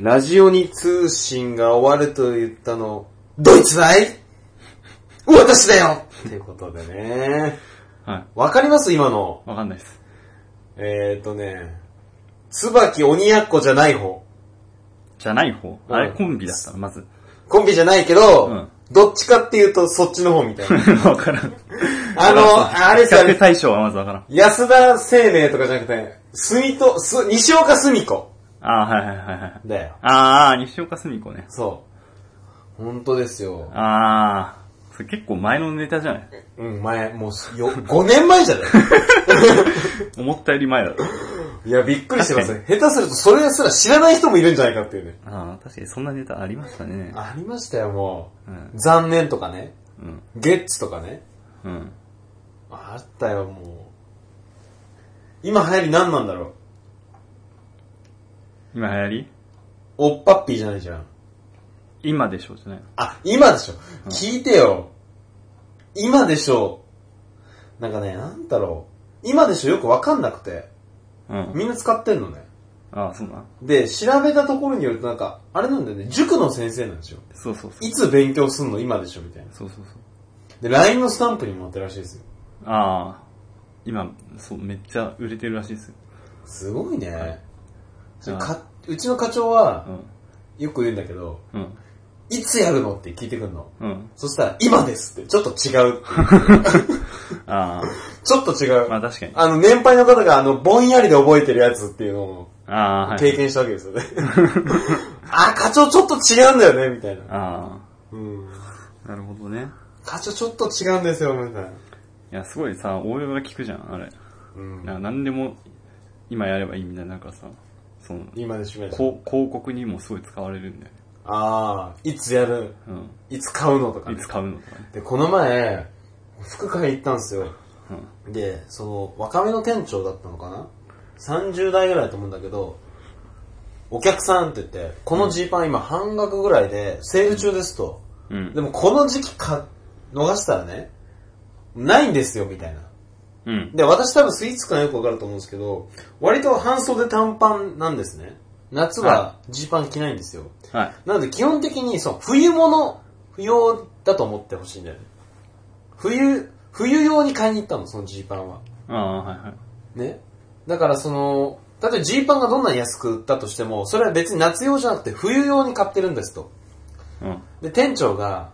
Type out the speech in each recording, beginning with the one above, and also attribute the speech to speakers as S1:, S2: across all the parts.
S1: ラジオに通信が終わると言ったの、ドイツだい私だよってことでね。
S2: は
S1: わかります今の。
S2: い。わかんないです。
S1: えー、っとね、椿鬼奴じゃない方。
S2: じゃない方。
S1: うん
S2: あれ、コンビだったの、まず。
S1: コンビじゃないけど、
S2: うん
S1: どっちかっていうとそっちの方みたい な。
S2: わからん。
S1: あの、あれさ、
S2: 比較対象はまずわからん。
S1: 安田生命とかじゃなくて、すみと、す、西岡すみ子
S2: あーはいはいはいはい。
S1: だよ。
S2: あー、西岡澄子ね。
S1: そう。本当ですよ。
S2: あー、それ結構前のネタじゃない
S1: うん、前、もうよ、5年前じゃない
S2: 思ったより前だった。
S1: いや、びっくりしてますね。下手するとそれすら知らない人もいるんじゃないかっていうね。
S2: あー、確かにそんなネタありましたね。
S1: ありましたよ、も
S2: う
S1: う。
S2: ん。
S1: 残念とかね。
S2: うん。
S1: ゲッツとかね。
S2: うん。
S1: あったよ、もう。今流行り何なんだろう。
S2: 今流行り
S1: おっぱっぴーじゃないじゃん。
S2: 今でしょ、じゃないの
S1: あ、今でしょ。聞いてよ。今でしょ。なんかね、なんだろう。今でしょよくわかんなくて。
S2: うん。
S1: みんな使ってんのね。
S2: あー、そうな。
S1: で、調べたところによるとなんか、あれなんだよね、塾の先生なんですよ。
S2: そうそうそう。
S1: いつ勉強すんの今でしょみたいな。
S2: そうそうそう。
S1: で、LINE のスタンプにも載ってるらしいですよ。
S2: あー、今、そう、めっちゃ売れてるらしいですよ。
S1: すごいね。それ
S2: あー
S1: かうちの課長は
S2: う、ん。
S1: よく言うんだけど、
S2: うん。
S1: いつやるのって聞いてくんの。
S2: うん。
S1: そしたら、今ですって、ちょっと違うっていう。
S2: あ
S1: ちょっと違
S2: ー、
S1: う。
S2: まあ確かに。
S1: あの、年配の方が、あの、ぼんやりで覚えてるやつっていうのを
S2: あー、はい。
S1: 経験したわけですよね。 あ、課長ちょっと違うんだよね、みたいな。
S2: あ
S1: うん。
S2: ー、なるほどね。
S1: 課長ちょっと違うんですよ、みたいな。
S2: いや、すごいさ、応用が効くじゃん、あれ。
S1: うん。
S2: な何でも、今やればいいみたいな、なんかさ、その、
S1: 今で締める。
S2: こう広告にもすごい使われるんだよね。
S1: ああ、いつやる、いつ買うのと
S2: う
S1: か
S2: ん。い
S1: ね、
S2: つ買うのとかね。
S1: で、この前、服買い行ったんですよ。
S2: うん。
S1: で、その、若めの店長だったのかな ?30 代ぐらいだと思うんだけど、お客さんって言って、このジーパン今半額ぐらいで、セール中ですと。
S2: うん。
S1: でもこの時期か、逃したらね、ないんですよ、みたいな。
S2: うん。
S1: で、私多分スイーツ感よくわかると思うんですけど、割と半袖短パンなんですね。夏はジーパン着ないんですよ。
S2: はい。
S1: なので基本的にその冬物用だと思ってほしいんだよね。冬、冬用に買いに行ったの、そのジーパンは。
S2: ああ、はいはい。
S1: ね。だからその、例えばジーパンがどんなに安く売ったとしても、それは別に夏用じゃなくて冬用に買ってるんですと。
S2: うん。
S1: で、店長が、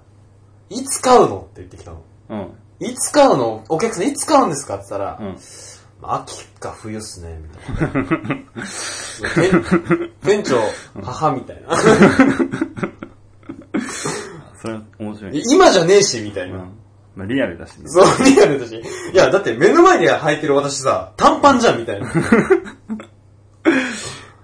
S1: いつ買うのって言ってきたの。
S2: うん。
S1: いつ買うのお客さんいつ買うんですかって言ったら、
S2: うん。
S1: 秋か冬っすね、みたいな。 店店長、母みたいな。
S2: それは面白いね。
S1: 今じゃねえし、みた
S2: う
S1: いな。
S2: ん。まあ、リアルだしね。
S1: そう、リアルだし。いや、だって目の前で履いてる私さ、短パンじゃん、みたいな。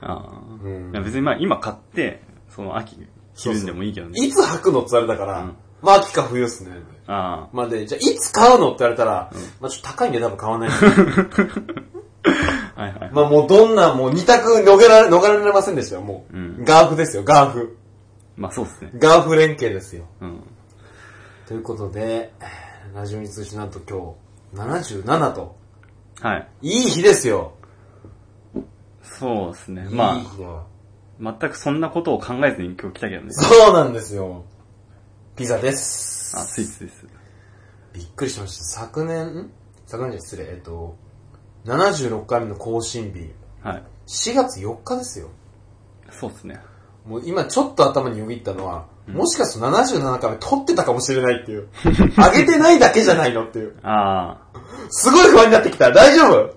S2: ああ。
S1: うん
S2: いや別にまあ、今買って、その秋、着るんでもいいけどね。
S1: いつ履くのって言われたから、
S2: うん
S1: まあ秋か冬っすね。
S2: あ
S1: まあで、じゃあいつ買うのって言われたら、まあちょっと高いんで多分買わない。
S2: あ。はいは い。
S1: まあもうどんな、もう二択逃げられ、逃れられませんでしたよ、もう。
S2: うん
S1: ガーフですよ、ガーフ。
S2: まあ、そうっすね。
S1: ガーフ連携ですよ。
S2: うん。
S1: ということで、ラジオに通じなんと今日、77と。
S2: はい。
S1: いい日ですよ。
S2: そうですね。
S1: いい
S2: ま
S1: 日だわ
S2: あ、全くそんなことを考えずに今日来たけどね。
S1: そうなんですよ。ピザです。
S2: あ、スイーツです。
S1: びっくりしました。昨年、ん昨年じゃ失礼、えっと、76回目の更新日、
S2: はい。
S1: 4月4日ですよ。
S2: そうっすね。
S1: もう今ちょっと頭によぎったのは、もしかすると77回目撮ってたかもしれないっていう。上げてないだけじゃないのっていう。
S2: ああ。
S1: すごい不安になってきた。大丈夫
S2: い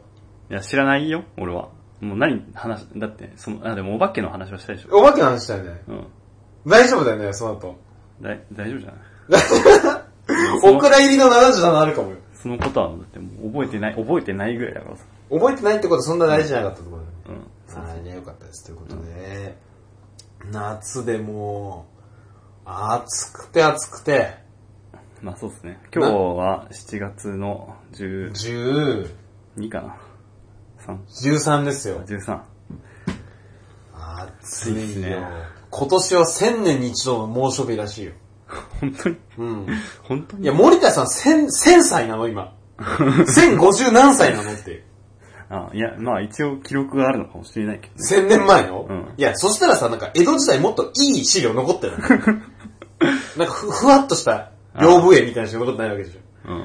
S2: や、知らないよ、俺は。もう何話、だって、その、あ、でもお化けの話はしたでしょ。
S1: お化けの話だよね。
S2: うん。
S1: 大丈夫だよね、その後。
S2: だい、大丈夫じゃない そ
S1: お
S2: の
S1: 蔵入りの77あるかもよ。
S2: そのことは、だってもう覚えてない、覚えてないぐらいだからさ。
S1: 覚えてないってことはそんな大事じゃなかったと思うよね。
S2: うん。
S1: はい、ね、よかったです。ということで、夏でもう、暑くて暑くて、
S2: まあそうですね。今日は7月の12
S1: 10、
S2: かな。3?
S1: 13ですよ。
S2: 13。
S1: 暑
S2: 暑いっ
S1: い
S2: す
S1: よ。
S2: ね
S1: 今年は1000年に一度の猛暑日らしいよ。
S2: 本当に
S1: うん。
S2: 本当
S1: い
S2: に
S1: や、森田さん1000、1000歳なの今。1050何歳なのって。
S2: あいや、まあ一応記録があるのかもしれないけどね。
S1: 千年前の、
S2: うん
S1: いや、そしたらさ、なんか江戸時代もっといい資料残 ってるなんかふふわっとした屏風絵みたいなしか残ってないわけでし
S2: うん。
S1: ょ。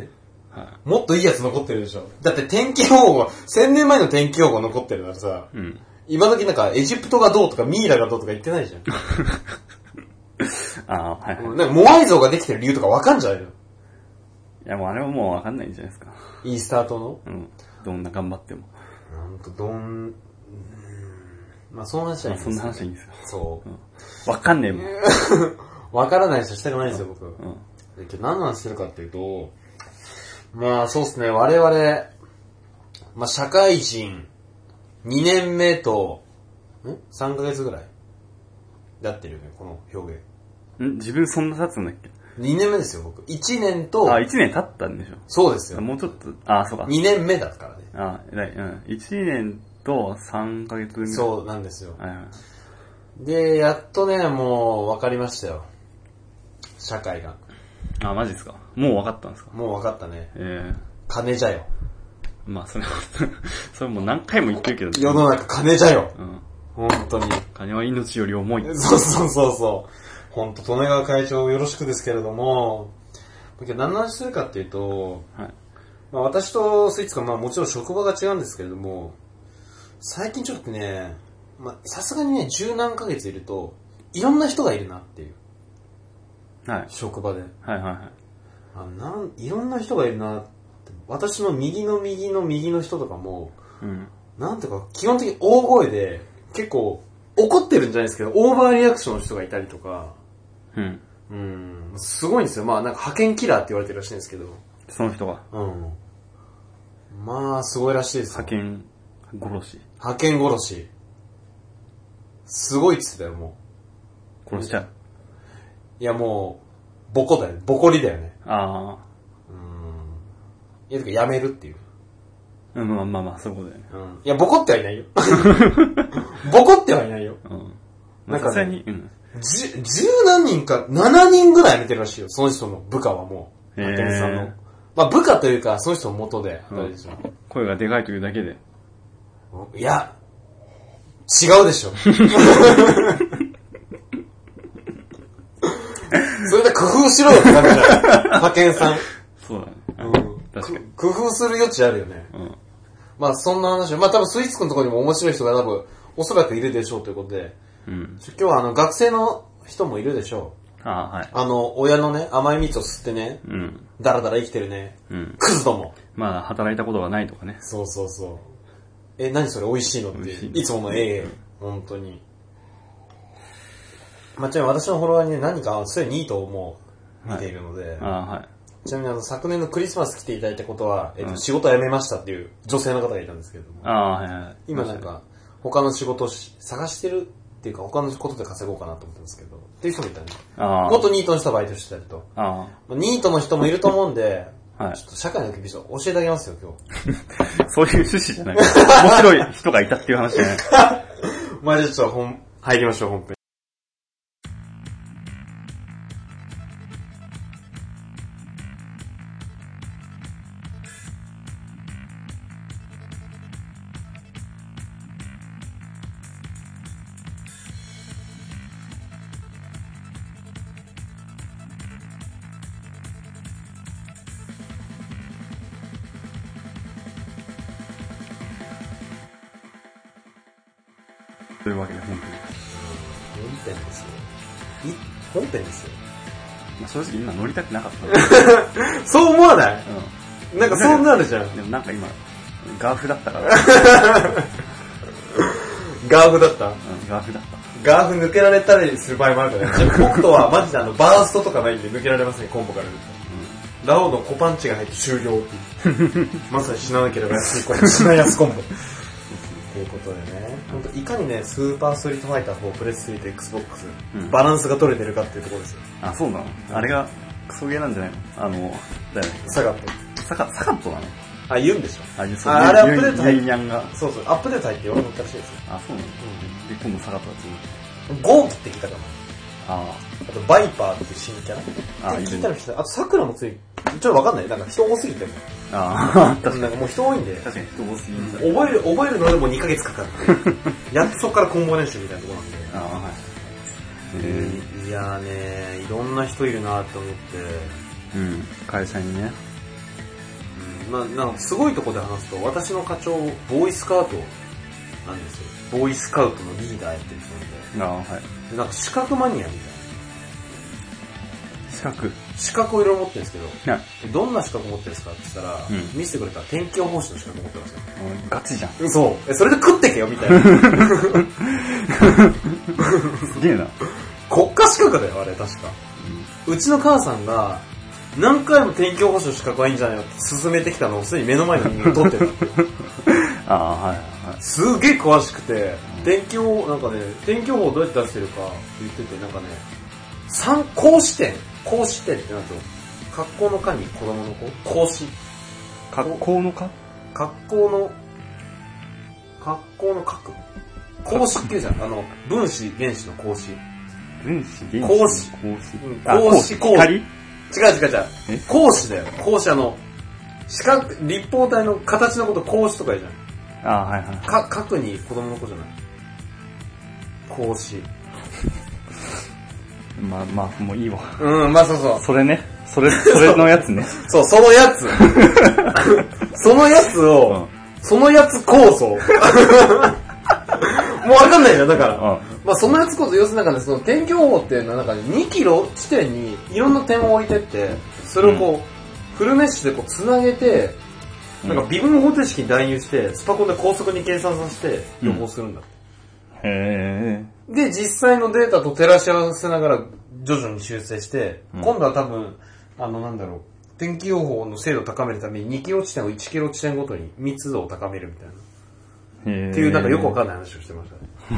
S1: ね。
S2: は
S1: もっといいやつ残ってるでしょ。だって天気用語、千年前の天気用語残ってるならさ、
S2: い。うん。
S1: 今時なんかエジプトがどうとかミイラがどうとか言ってないじゃん。
S2: ああ、はいはい。い
S1: うんなんかモアイ像ができてる理由とかわかんじゃないの
S2: や、もうあれはもうわかんないんじゃないですか。
S1: イースター島の
S2: うん。どんな頑張っても。
S1: なんとどん、うーんまあその話
S2: ま
S1: は
S2: あ
S1: いい
S2: そんな話はいいんですよ。
S1: そ
S2: わかんねえもん。
S1: う。わからない人したくないんですよ、僕。
S2: うん。
S1: で今日何の話してるかっていうと、まあそうですね、我々、まあ社会人2年目と、ん ?3 ヶ月ぐらいだってるよね、この表現。
S2: ん自分そんな経つんだっけ
S1: 2年目ですよ、僕。1年と、
S2: あ、一年経ったんでしょ。
S1: そうですよ。
S2: もうちょっと、あ、そうか。
S1: 2年目だからね。
S2: あ、えらい、うん。一年と三ヶ月ぐらい。
S1: そうなんですよ。
S2: はいはい。
S1: で、やっとね、もう分かりましたよ。社会が。
S2: あ、マジですか。もう分かったんですか。
S1: もう分かったね。
S2: え
S1: 金じゃよ。
S2: えまあ、それは、 それもう何回も言ってるけど、
S1: 世の中金じゃよ。
S2: うん。
S1: 本当に。
S2: 金は命より重い。
S1: そうそうそうそう。ほんと、利根川会長よろしくですけれども、今日何の話するかっていうと、
S2: はい。
S1: まあ私とスイーツ君はまあもちろん職場が違うんですけれども、最近ちょっとね、まあさすがにね、十何ヶ月いると、いろんな人がいるなっていう、
S2: はい。
S1: 職場で。
S2: はいはいはい。
S1: あなんいろんな人がいるなって、私の右の右の右の人とかも、
S2: うん。
S1: なんていうか、基本的に大声で、結構怒ってるんじゃないですけど、オーバーリアクションの人がいたりとか、
S2: うん。
S1: うん、すごいんですよ。まあなんか派遣キラーって言われてるらしいんですけど。
S2: その人が、
S1: うん。まあ、すごいらしいですよ。
S2: 派遣殺し。
S1: 派遣殺し。すごいっつってたよ、も
S2: 殺しちゃう。
S1: う。いや、もう、ボコだよ。ボコリだよね。
S2: あ
S1: うん。いや、てかやめるっていう。
S2: あ。うん、まあまあまあ、そういうことだよね。
S1: うん。いや、ボコってはいないよ。ボコってはいないよ。
S2: うん。
S1: な
S2: まあ、
S1: んかね
S2: さすがに、うん。
S1: じゅ、十何人か、七人ぐらい見てるらしいよ。その人の部下はもう。
S2: へー
S1: 派遣さんの。まあ、部下というか、その人の元で働いてしまう。
S2: 声がでかいというだけで。
S1: いや、違うでし ょ。それで工夫しろよってなるじゃん。派遣さん。
S2: そうだね。確かに。
S1: く工夫する余地あるよね。
S2: うん。
S1: まあそんな話をまあ多分スイーツくんのところにも面白い人が多分おそらくいるでしょうということで、
S2: うん。
S1: 今日はあの学生の人もいるでしょ。。
S2: ああ、はいう
S1: あの、親のね、甘い蜜を吸ってね、
S2: うん。
S1: だらだら生きてるね、
S2: うん。
S1: クズども。
S2: まあ、働いたことがないとかね。
S1: そうそうそう。え、何それ美味しいのって
S2: 美味しい
S1: い
S2: の
S1: つものええ本当に。まあ、ちなみに私のフォロワーにね、何かすでにいいと思う、見ているので、
S2: ああ、はい。
S1: ちなみにあの、昨年のクリスマス来ていただいたことは、えっと、
S2: うん
S1: 仕事辞めましたっていう女性の方がいたんですけれども、
S2: ああ、はいはい。
S1: 今なんか、他の仕事をし探してるっていうか、他のことで稼ごうかなと思ってますけど、っていう人もいたね。
S2: ああ。
S1: 元ニートの人はバイトしてたりと。
S2: あ
S1: まあニートの人もいると思うんで、
S2: あ。はい
S1: ちょ。っと社会の厳しさ教えてあげますよ、今日。
S2: そういう趣旨じゃない。面白い人がいたっていう話じゃ ない。
S1: まあじゃあちょっと本、入りましょう、本編。
S2: というわけで、本当に。
S1: 本編ですよ。い本編ですよ。
S2: まあ、正直今乗りたくなかった。
S1: そう思わない
S2: うん。
S1: なんかそうなるじゃん。
S2: でもなんか今、ガーフだったから。うん、
S1: ガーフだった
S2: ガーフだった。
S1: ガーフ抜けられたりする場合もあるからね。僕とはマジであの、バーストとかないんで抜けられません、コンボから見ると。ラオウのコパンチが入って終了って いう。まさに死ななければ安いコンボ。死な安 コンボ。ということでね、本当いかにね、スーパーストリートファイター4、プレス3と Xbox、
S2: うん
S1: バランスが取れてるかっていうところですよ。
S2: あ、そうなのあれが、クソゲーなんじゃないのあの、だよね。
S1: 下がって。
S2: サカ、サカットなの
S1: あ、言うんでしょ
S2: あ、そう
S1: ああれアップデート入っ
S2: ユイニャンが。
S1: そうそう、アップデート入って俺乗ったらしいですよ。
S2: あ、そうなので、今度サカットだと思う。
S1: ゴープってきたかな。
S2: あ
S1: あと、バイパーっていう新キャラ。
S2: あ
S1: 聞いたら聞いたら。あと、桜もつい、ちょっとわかんない。なんか人多すぎても。
S3: ああ、確か
S1: なんかもう人多いんで。
S3: 確かに人多すぎる。
S1: 覚える、覚えるのでもう2ヶ月かかる。 やっとそこから今後練習みたいなところなんで。
S3: ああ、はい。え
S1: いやーねいろんな人いるなと思って、
S3: ー、うん。会社にね。
S1: うん、まあ、なんかすごいとこで話すと、私の課長、ボーイスカウトなんですよ。ボーイスカウトのリーダーやってる人なんで。
S3: ああ、はい。
S1: でなんか資格マニアみたいな。
S3: 資格。
S1: 資格をいろいろ持ってるんですけど、
S3: な、
S1: どんな資格持ってるんですかって言ったら、
S3: うん
S1: 見せてくれたら天気予報士の資格持ってましたよ。
S3: ガチじゃん。
S1: そう。え、それで食ってけよみた いな。
S3: すげえな。
S1: 国家資格だよ、あれ、確か。うちの母さんが、何回も天気予報士の資格はいいんじゃないよって勧めてきたのをすでに目の前の人間が取ってる。
S3: ああ、はいはいはい。
S1: すげえ詳しくて、天気予報、なんかね、天気予報どうやって出してるか言ってて、なんかね、参考視点、講視点ってなんていうの格好の科に子供の子講師。
S3: 格好のか
S1: 格好の、格好の格。講師っていうじゃん。あの、分子、原子の講師。違
S3: 分子、原子。
S1: 格子
S3: 格子
S1: うん。
S3: あ
S1: 格子
S3: 格子光
S1: う違う違う
S3: え。
S1: 講師だよ。講師あの、四角、立方体の形のこと講師とか言うじゃん。
S3: ああ、はいはい。
S1: か、核に子供の子じゃない講師。
S3: まあまあ、もういいわ。
S1: うん、まあそうそう。
S3: それね。それ、それのやつね。
S1: そう、そのや つ。そのやつ
S3: う
S1: を、
S3: ん。
S1: そのやつ構 想。もうわかんないじゃん、だから。
S3: あ
S1: まあそのやつ構想、要するになんかね、その天気予報っていうのはなんかね、2キロ地点にいろんな点を置いてって、それをこう、フルメッシュでこう繋げて、
S3: うん
S1: なんか微分方程式に代入して、スパコンで高速に計算させて予報するんだって。
S3: へえ。
S1: で、実際のデータと照らし合わせながら徐々に修正して、
S3: うん
S1: 今度は多分、あの、なんだろう、天気予報の精度を高めるために2キロ地点を1キロ地点ごとに密度を高めるみたいな。
S3: っ
S1: っていう、なんかよくわかんない話をしてまし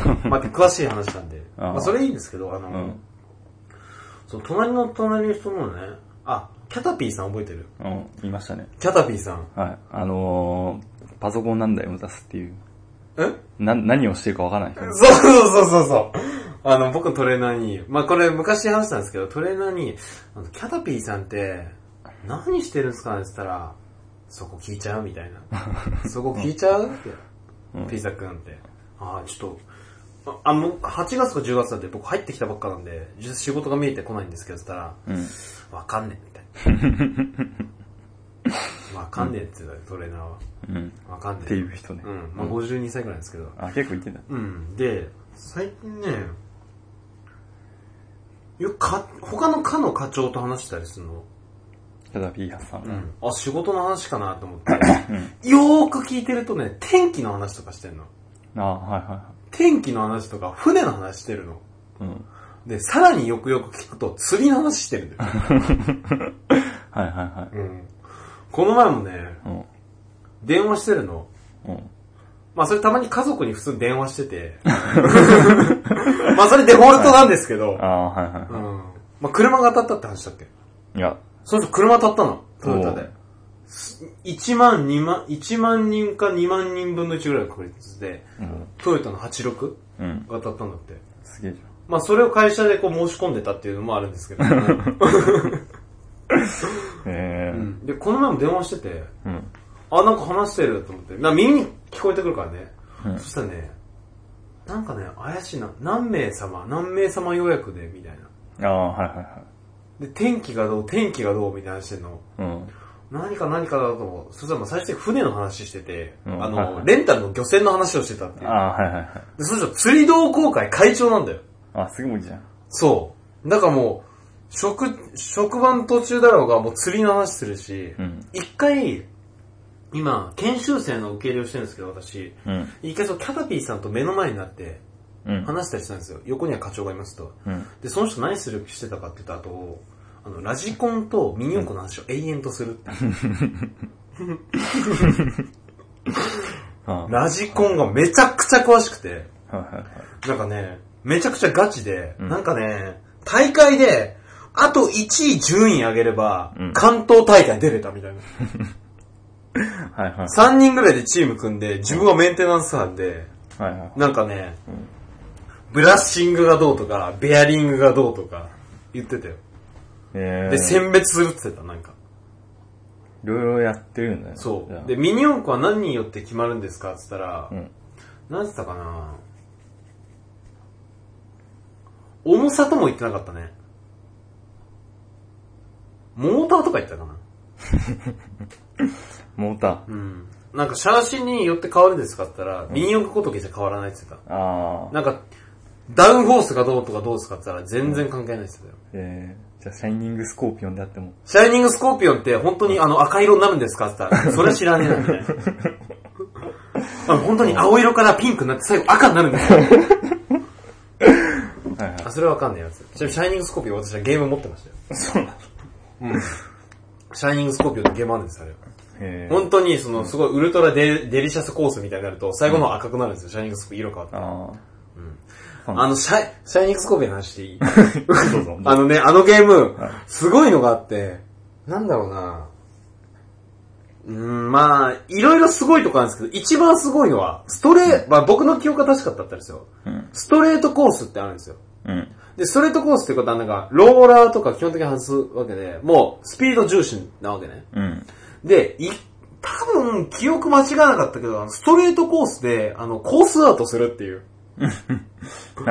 S1: た ね。まあ、詳しい話なんで。
S3: ああ
S1: まあ、それいいんですけど、あの、
S3: うん
S1: その隣の隣の人のね、あ、キャタピーさん覚えてる
S3: うん、いましたね。
S1: キャタピーさん。
S3: はい。あのー、パソコン何台も出すっていう。
S1: え
S3: な、何をしてるかわからない人。
S1: そうそうそうそうそう。あの、僕のトレーナーに、まあこれ昔話したんですけど、トレーナーに、あのキャタピーさんって、何してるんですかねって言ったら、そこ聞いちゃうみた いな。そこ聞いちゃうって、
S3: うん
S1: ピーザ君って。ああ、ちょっと、あ、あもう8月か10月なんで僕入ってきたばっかなんで、実は仕事が見えてこないんですけど、つったら、
S3: うん。
S1: わかんねえ、み たいな。わかんねえって言ってたよ、トレーナーは。
S3: うん。
S1: わかんねえ。
S3: っていう人ね。
S1: うん。まあ52歳くらいですけど。
S3: あ、結構言ってんだ。
S1: うん。で、最近ね、よくか、他の課の課長と話したりするの。
S3: ただ、ピーハスさんが。
S1: あ、仕事の話かなと思って。よーく聞いてるとね、天気の話とかしてんの。
S3: ああ、はいは
S1: 天気の話とか、船の話してるの。
S3: いはい。うん。
S1: で、さらによくよく聞くと、釣りの話してるんだよ。
S3: はいはいは
S1: うん。この前もね、
S3: い。うん。
S1: 電話してるの。
S3: うん。
S1: まあそれたまに家族に普通に電話してて。 まあそれデフォルトなんですけど。
S3: ああ、はいはいうは
S1: ん。まあ車が当たったって話だっけ
S3: い。いや、
S1: その人車当たったの。トヨタ
S3: お
S1: で
S3: う。
S1: 1万、2万、1万人か2万人分の1ぐらいの確率で、
S3: うん。
S1: トヨタの86
S3: うん。
S1: が当たったんだって。
S3: すげえじ
S1: まあそれを会社でこう申し込んでたっていうのもあるん ですけど、
S3: ゃん。へえ
S1: う。んで、この前も電話してて、
S3: うん。
S1: あ、なんか話してると思って、な耳に聞こえてくるからね。
S3: うん
S1: そしたらね、なんかね、怪しいな、何名様、何名様予約で、みたいな。
S3: ああ、はいは
S1: で、天気がどう、天気がどう、みたいな話してんの。
S3: いはい。うん。
S1: 何か何かだと思う。そしたらまあ最終的に船の話してて、
S3: うんは
S1: あ
S3: いは
S1: の、
S3: い
S1: レンタルの漁船の話をしてたっていう。
S3: ああ、はいはいはい。
S1: で、そしたら釣り同好会会長なんだよ。
S3: あ、すごいじゃん。
S1: そう。だからもう、職、職場の途中だろうが、もう釣りの話するし
S3: う、ん。
S1: 一、回、今、研修生の受け入れをしてるんですけど、私、
S3: うん。
S1: 一回そのキャタピーさんと目の前になって、
S3: うん。
S1: 話したりしたんですよ。横には課長がいますと。
S3: うん。
S1: で、その人何するしてたかって言った後、あの、ラジコンとミニ四駆の話を延々とするっていう。
S3: ああ。はい
S1: ラジコンがめちゃくちゃ詳しくて、
S3: はいはい。
S1: なんかね、めちゃくちゃガチで、
S3: うん
S1: なんかね、大会で、あと1位順位上げれば、
S3: うん
S1: 関東大会出れたみたいな。
S3: はいはい。
S1: 3人ぐらいでチーム組んで、自分はメンテナンス班で、
S3: はいはい。
S1: なんかね
S3: うん、
S1: ブラッシングがどうとか、ベアリングがどうとか、言ってたよ。
S3: ええ。
S1: で、選別するって言ってた、なんか。
S2: いろいろやってるんだよ。
S1: そ
S2: じゃあ
S1: う。で、ミニ四駆は何によって決まるんですかって言ったら、
S2: うん。
S1: なんつったかな重さとも言ってなかったね。モーターとか言ったかな
S2: モーター。
S1: うん。なんか、シャーシによって変わるんですかって言ったら、ミニ四駆ごときじゃ変わらないって言って
S2: あ
S1: た。
S2: あ。
S1: なんか、ダウンフォースがどうとかどうですかって言ったら、全然関係ないって言ってたよ。
S2: えー、じゃあ、シャイニングスコーピオンであっても。
S1: シャイニングスコーピオンって本当にあの赤色になるんですかって言った ら、それは知らねえな、みたいな。あの本当に青色からピンクになって最後赤になるんですよ。
S2: はいはい。
S1: あ、それはわかんないやつ。ちなみにシャイニングスコーピオン私はゲーム持ってましたよ。
S2: そうなの。
S1: シャイニングスコーピオンってゲームあるんです、あれ。
S2: えー。
S1: 本当に、その、すごいウルトラデデリシャスコースみたいになると、最後の方赤くなるんですよ、シャイニングスコーピオン色変わって。
S2: あ
S1: あの、シャイ、シャイニングスコーピオンの話していい
S2: あ。どうぞ。
S1: あのね、あのゲーム、すごいのがあって、なんだろうなうーん、まあ、いろいろすごいとこあるんですけど、一番すごいのは、ストレート、まあ僕の記憶が確かだったんですよ。
S2: うん。
S1: ストレートコースってあるんですよ。
S2: うん。
S1: で、ストレートコースってことはなんか、ローラーとか基本的に外すわけで、もう、スピード重視なわけね。
S2: うん。
S1: で、い、多分、記憶間違わなかったけど、あのストレートコースで、あの、コースアウトするっていう。
S2: は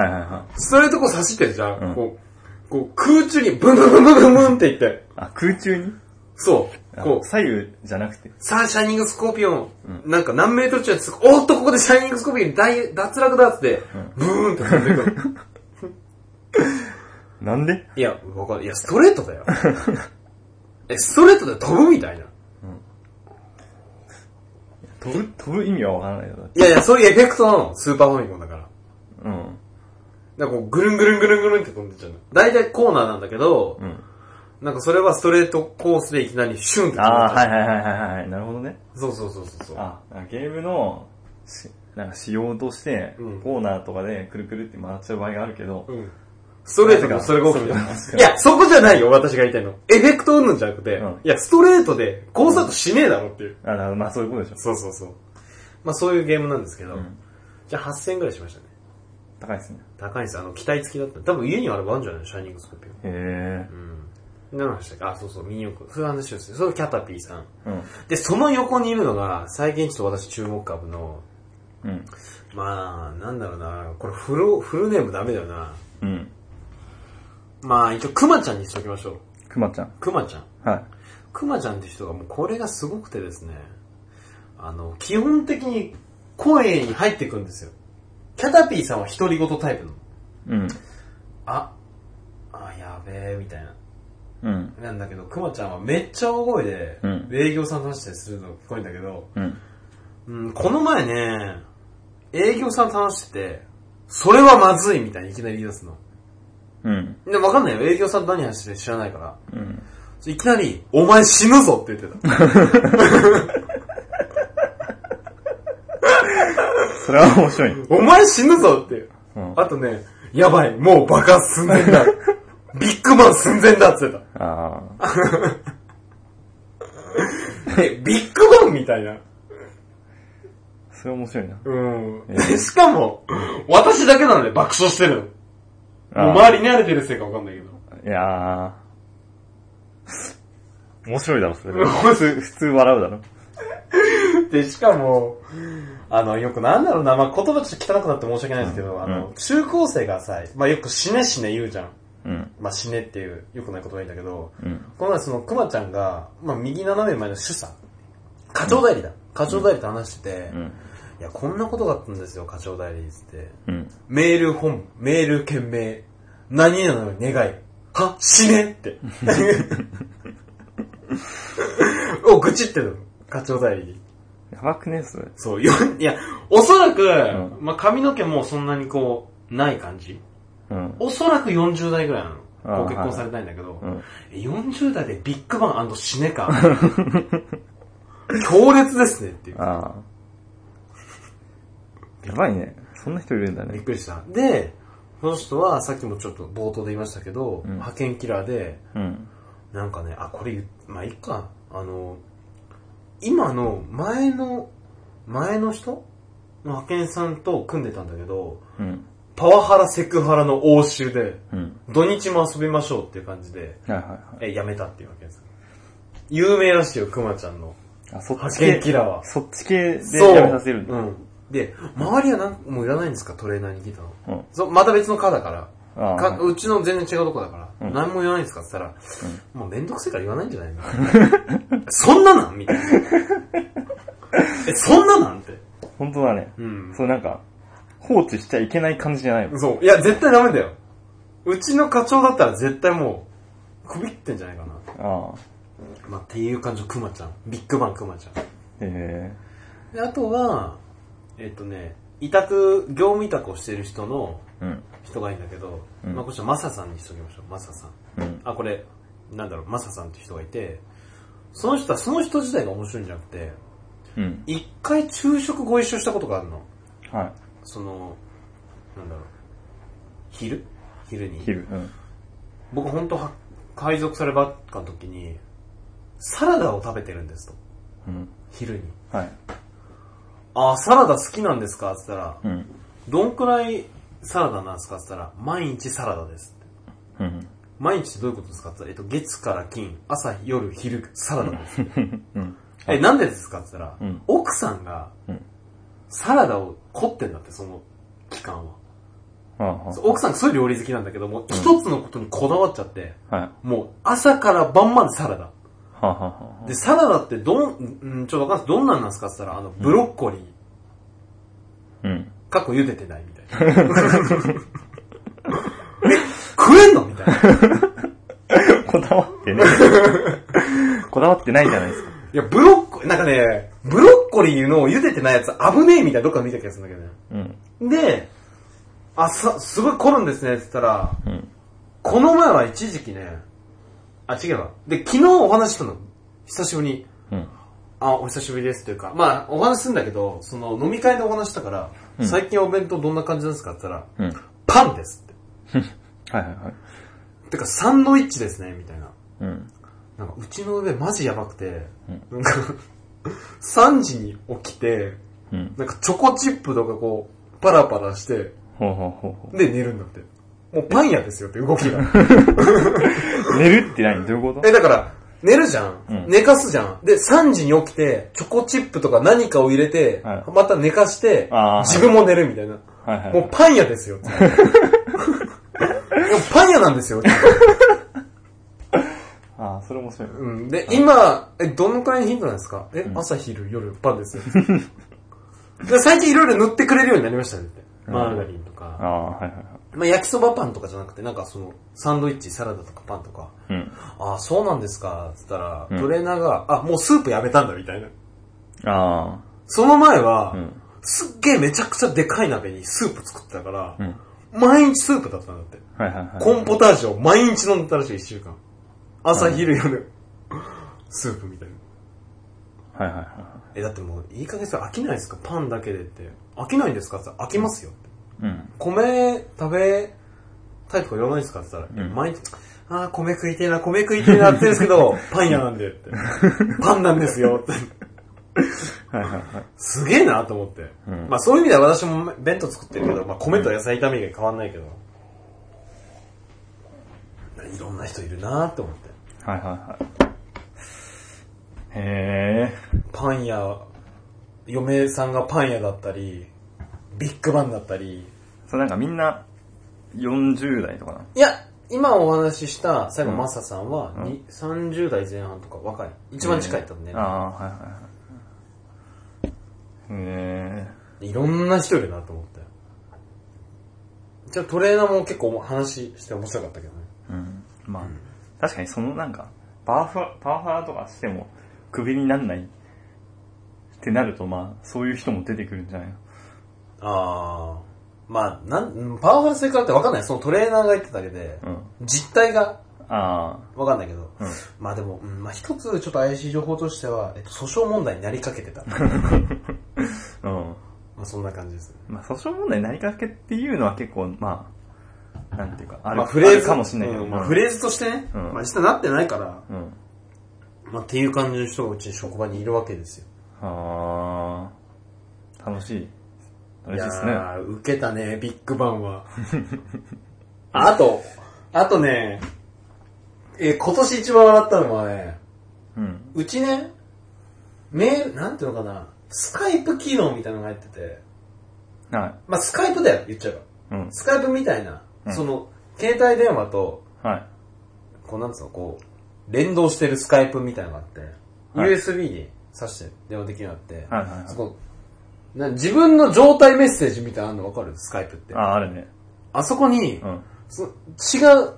S2: いはいはい。
S1: ストレートコース走ってるじゃん。
S2: うん
S1: こう、こう、空中にブンブンブンブンブンっていって。
S2: あ、空中に
S1: そう。
S2: あ
S1: こう、
S2: 左右じゃなくて。
S1: さあ、シャイニングスコーピオン、なんか何メートル中に続く、おーっと、ここでシャイニングスコーピオン大脱落だっつって、ブーンって飛んでい くる。
S2: なんで
S1: いや、わかんない。いや、ストレートだよ。え、ストレートで飛ぶみたいな。
S2: 飛ぶ、飛ぶ意味はわからないよ。だって
S1: いやいや、そういうエフェクトなの。スーパーファミコンだから。
S2: うん。
S1: なんかこう、ぐるんぐるんぐるんぐるんって飛んでっちゃうの。大体コーナーなんだけど
S2: う、ん。
S1: なんかそれはストレートコースでいきなりシュンって飛んでっちゃう。
S2: ああ、はいはいはいはいはい。なるほどね。
S1: そうそうそうそうそう。
S2: あ、なんかゲームのし、なんか仕様として、
S1: うん
S2: コーナーとかでくるくるって回っちゃう場合があるけど、
S1: うん。ストレートがそれが起きて
S2: そうです
S1: る。
S2: か
S1: いや、そこじゃないよ、私が言いたいの。エフェクトうんぬんじゃなくて、
S2: うん
S1: いや、ストレートで、コースだとしねえだろっていう。
S2: あなまあそういうことでしょ。
S1: そうそうそう。まあそういうゲームなんですけど、
S2: うん
S1: じゃあ8000円ぐらいしましたね。
S2: 高いですね。
S1: 高いんですよ、あの、機体付きだった。多分家にあればあるんじゃないシャイニングスコーピオン。
S2: へ
S1: うん。何の話だっけあ、そうそう、ミニ四駆。そういう話をする。それキャタピーさん。
S2: え。うん。
S1: で、その横にいるのが、最近ちょっと私注目株の、
S2: うん。
S1: まあ、なんだろうな、これフル、フルネームダメだよな。
S2: うん。
S1: まあ、一応、クマちゃんにしときましょう。
S2: くまちゃん。
S1: クマちゃん。
S2: はい。
S1: クマちゃんって人がもうこれがすごくてですね、あの、基本的に声に入ってくんですよ。キャタピーさんは独り言タイプの。
S2: うん。
S1: あ、あ、やべえ、みたいな。
S2: うん。
S1: なんだけど、クマちゃんはめっちゃ大声で
S2: うん、
S1: 営業さんと話したりするのが聞こえるんだけど、
S2: うん。
S1: うん、この前ね、営業さんと話してて、それはまずいみたいにいきなり言い出すの。
S2: うん。
S1: で、わかんないよ。営業さんと何話してるか知らないから。
S2: うん。
S1: いきなり、お前死ぬぞって言ってた。
S2: それは面白い。うん。
S1: お前死ぬぞって。あとね、やばい、もう爆発寸前 だ。ビッグマン寸前だって言って
S2: ああ。
S1: た。え、ビッグマンみたいな。
S2: それは面白いな。
S1: うん
S2: え。ー
S1: しかも、私だけなので爆笑してるの。もう
S2: ああ。
S1: 周りに慣れてるせいかわかんないけど。
S2: いやー。面白いだろ、それ。普通、普通笑うだろ。
S1: で、しかも、あの、よくなんだろうな、まあ、言葉ちょっと汚くなって申し訳ないんですけど、あの、中高生がさ、まあ、よく死ね死ね言うじゃん。
S2: うん。
S1: まあ、死ねっていう、よくない言葉いいんだけど、
S2: うん。
S1: この前その、熊ちゃんが、まあ、右斜め前の主査、課長代理だ。課長代理と話してて、
S2: うん。
S1: いや、こんなことがあったんですよ、課長代理っつって。
S2: うん。
S1: メール本、メール件名、何々の願い、は、死ね って。を愚痴ってるの、課長代理に。
S2: やばくね、それ。
S1: そう、よ、いや、おそらく、
S2: う
S1: まあ、髪の毛もそんなにこう、ない感じ。
S2: うん。
S1: おそらく40代ぐらいなの。
S2: あー
S1: ご結婚されたいんだけど、
S2: うん。
S1: 40代でビッグバン死ねか。 強烈ですねっていう。
S2: ああ。やばいね。そんな人いるんだ
S1: びっ
S2: ね。
S1: くりした。で、この人はさっきもちょっと冒頭で言いましたけど、
S2: ん
S1: 派遣キラーで、
S2: うん。
S1: なんかね、あ、これ言っ、まあ、いっか。あの、今の前の、前の人の派遣さんと組んでたんだけど、
S2: うん。
S1: パワハラ、セクハラの応酬で、
S2: うん。
S1: 土日も遊びましょうっていう感じで、
S2: はいはいはい。
S1: え、辞めたっていう派遣さん。有名らしいよ、クマちゃんの。
S3: あ、そっ
S1: 派
S3: ち
S1: 遣
S3: 系
S1: キ、ラーは。
S3: そっち系で
S1: そう
S3: やめさせるんだ。
S1: うん。で、周りはなんもういらないんですかトレーナーに聞いたの。
S2: うん
S1: そうまた別の課だから。
S2: ああ
S1: かうちの全然違うとこだから、
S2: うん
S1: 何も言わないんですかって言ったら、もうめんどくせえから言わないんじゃないのそんななんみたいな。え、そんななんって。
S2: 本当だね。
S1: うん。
S2: そうなんか、放置しちゃいけない感じじゃないもん。
S1: そう。いや、絶対ダメだよ。うちの課長だったら絶対もう、首切ってんじゃないかな。
S2: ああ。
S1: まあ、っていう感じのクマちゃん。ビッグバンクマちゃん。
S2: え
S1: であとは、えっ、とね、委託、業務委託をしてる人の
S2: えうん。
S1: 人がいいんだけど、
S2: うん
S1: まあこっちはマサさんにしときましょう、マサさん。
S2: うん。
S1: あ、これ、なんだろう、マサさんって人がいて、その人はその人自体が面白いんじゃなくて、
S2: うん。
S1: 一回昼食ご一緒したことがあるの。
S2: は
S1: その、なんだろう、昼昼に
S2: い。。昼。うん。
S1: 僕本当は配属さればっかの時に、サラダを食べてるんですと。
S2: うん。
S1: 昼に。
S2: はい。
S1: あー、サラダ好きなんですかって言ったら、
S2: うん。
S1: どんくらいサラダなんですかって言ったら、毎日サラダですって。
S2: うん。
S1: 毎日ってどういうことですかって言ったら、えっと、月から金、朝、夜、昼、サラダです。
S2: うん。
S1: え、なんでですかって言った
S2: う
S1: ら
S2: ん、
S1: 奥さんが
S2: うん、
S1: サラダを凝ってんだって、その期間は。
S2: ああ、は
S1: そう奥さんがすごい料理好きなんだけども、一つのことにこだわっちゃって、
S2: あ。はい。
S1: もう朝から晩までサラダ。
S2: はあ、はあはあ
S1: で、サラダってどん、うん、ちょっとわかんないどんなんなんですかって言ったら、あの、ブロッコリー、
S2: うん。
S1: かっこ茹でてないみたいな。 え食えんのみたいな。い
S2: こだわってね。 こだわってないじゃないですか。
S1: や、ブロッコリー、なんかね、ブロッコリーの茹でてないやつ危ねえみたいなどっかで見た気がするんだけどね。
S2: うん。
S1: で、あ、さ、すごい凝るんですねって言ったら、
S2: うん。
S1: この前は一時期ね、あ、違うわ。で、昨日お話ししたの、久しぶりに、
S2: うん。
S1: あ、お久しぶりですというか、まあ、お話しするんだけど、その、飲み会でお話したから、
S2: うん
S1: 最近お弁当どんな感じなんですかって言ったら、
S2: うん。はい
S1: パンですって。
S2: はいはい。
S1: てか、サンドイッチですね、みたいな。
S2: うん。
S1: なんか、うちの上マジやばくて、な
S2: う
S1: んか、3時に起きて、
S2: うん。
S1: なんかチョコチップとかこう、パラパラして、
S2: ほうほうほうほ
S1: で寝るんだって。もうパン屋ですよって動きが。
S2: う。寝るって何どういうこと
S1: え、だから、寝るじゃん,、
S2: うん
S1: 寝かすじゃん。で、3時に起きて、チョコチップとか何かを入れて、
S2: はい
S1: また寝かして
S2: あー、
S1: 自分も寝るみたいな。
S2: はいはい。
S1: もうパン屋です よ。でもパン屋なんですよ。
S2: ああ、それ面白い。
S1: うん、で、今、え、どのくらいの頻度なんですかえ、
S2: ん
S1: 朝、昼、夜、パンですよ。で最近いろいろ塗ってくれるようになりましたねって。
S2: うん
S1: マーガリンとか
S2: あ。あ、はいはいはい。
S1: まあ、焼きそばパンとかじゃなくて、なんかその、サンドイッチ、サラダとかパンとか。
S2: うん。
S1: ああ、そうなんですか。つったら、
S2: うん
S1: トレーナーが、あ、もうスープやめたんだみたいな。
S2: あ
S1: その前は、
S2: あ。うん。
S1: すっげえめちゃくちゃでかい鍋にスープ作ってたから、
S2: うん。
S1: 毎日スープだったんだって。
S2: はいはいはい。
S1: コーンポタージュを毎日飲んでたらしい、一週間。朝、昼、夜、スープみたいな。
S2: はいはいは
S1: え、だってもう、いい加減さ、飽きないですかパンだけでって。飽きないんですかって言ったら飽きますよって。
S2: い。うん。
S1: 米食べたいとか言わないですかって言ったら、
S2: うん
S1: 毎日、あー米食いてえな、米食いてえなって言うんですけ ど、パン屋なんでって。パンなんですよって。
S2: はいはいはい。
S1: すげえなと思って。
S2: うん
S1: まあそういう意味では私も弁当作ってるけど、まあ米と野菜炒めが変わんないけど。いろんな人いるなと思って。
S2: はいはいはい。へえ。
S1: パン屋、嫁さんがパン屋だったり、ビッグバンだったり、
S2: そうなんかみんな、40代とかな。
S1: いや、今お話しした最後
S2: うん
S1: マサさんは、
S2: うん
S1: に30代前半とか若い。一番近いとね。
S2: ああ、はいはいはい。へ
S1: いろんな人いるなと思って。じゃあトレーナーも結構お話して面白かったけどね。
S2: え。うん。まあ、確かにそのなんか、パワハラ、パワハラとかしても、クビになんないってなると、まあ、そういう人も出てくるんじゃないの
S1: あー。まあ、なん、うんパワハラ性からってわかんない。そのトレーナーが言ってただけで、
S2: うん。
S1: 実態が
S2: あ
S1: わかんないけど。
S2: あ。うん。
S1: まあでも、うんまあ一つちょっと怪しい情報としては、えっと、訴訟問題になりかけてた。
S2: うん。
S1: まあそんな感じですね。
S2: まあ、訴訟問題になりかけっていうのは結構、まあ、なんていうか、ある,、
S1: まあフレー
S2: あ
S1: ズ
S2: るかもしれないけど、
S1: うんまあフレーズとしてね、
S2: うん
S1: まあ実際なってないから、
S2: うん。うん。
S1: まあっていう感じの人がうち職場にいるわけですよ。
S2: あー、楽しい。楽しいです
S1: い
S2: ね。
S1: やー、受けたね、ビッグバンは。 ああと、あとね、えー今年一番笑ったのはね、
S2: うん。
S1: うちね、メール、なんていうのかな、スカイプ機能みたいなのが入ってて、
S2: は
S1: まあスカイプだよ、言っちゃえば。
S2: い。うん。
S1: スカイプみたいな、
S2: うん
S1: その、携帯電話と、
S2: はい。
S1: こうなんつうの、こう、連動してるスカイプみたいなのがあって、
S2: はい
S1: USB に挿して電話できるようになって、
S2: はいはいはい
S1: そこな自分の状態メッセージみたいなのあるのわかるスカイプって。あ
S2: あ、あるね。
S1: そこに、
S2: うん。
S1: そ違う